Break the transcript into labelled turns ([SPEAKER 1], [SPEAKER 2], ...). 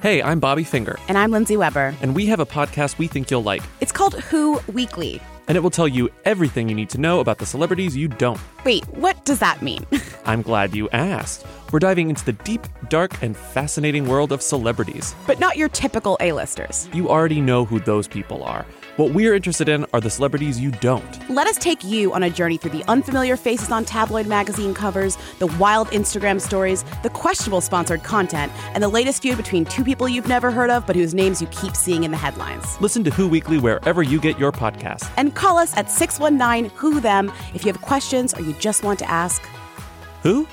[SPEAKER 1] Hey, I'm Bobby Finger,
[SPEAKER 2] And I'm Lindsay Weber.
[SPEAKER 1] and we have a podcast we think you'll like,
[SPEAKER 2] It's called Who Weekly.
[SPEAKER 1] and it will tell you everything you need to know about the celebrities you don't.
[SPEAKER 2] Wait, what does that mean?
[SPEAKER 1] I'm glad you asked. We're diving into the deep, dark, and fascinating world of celebrities.
[SPEAKER 2] but not your typical A-listers.
[SPEAKER 1] You already know who those people are. What we're interested in are the celebrities you don't.
[SPEAKER 2] Let us take you on a journey through the unfamiliar faces on tabloid magazine covers, the wild Instagram stories, the questionable sponsored content, and the latest feud between two people you've never heard of but whose names you keep seeing in the headlines.
[SPEAKER 1] Listen to Who Weekly wherever you get your podcast.
[SPEAKER 2] And call us at 619 Who Them if you have questions or you just want to ask.
[SPEAKER 1] Who?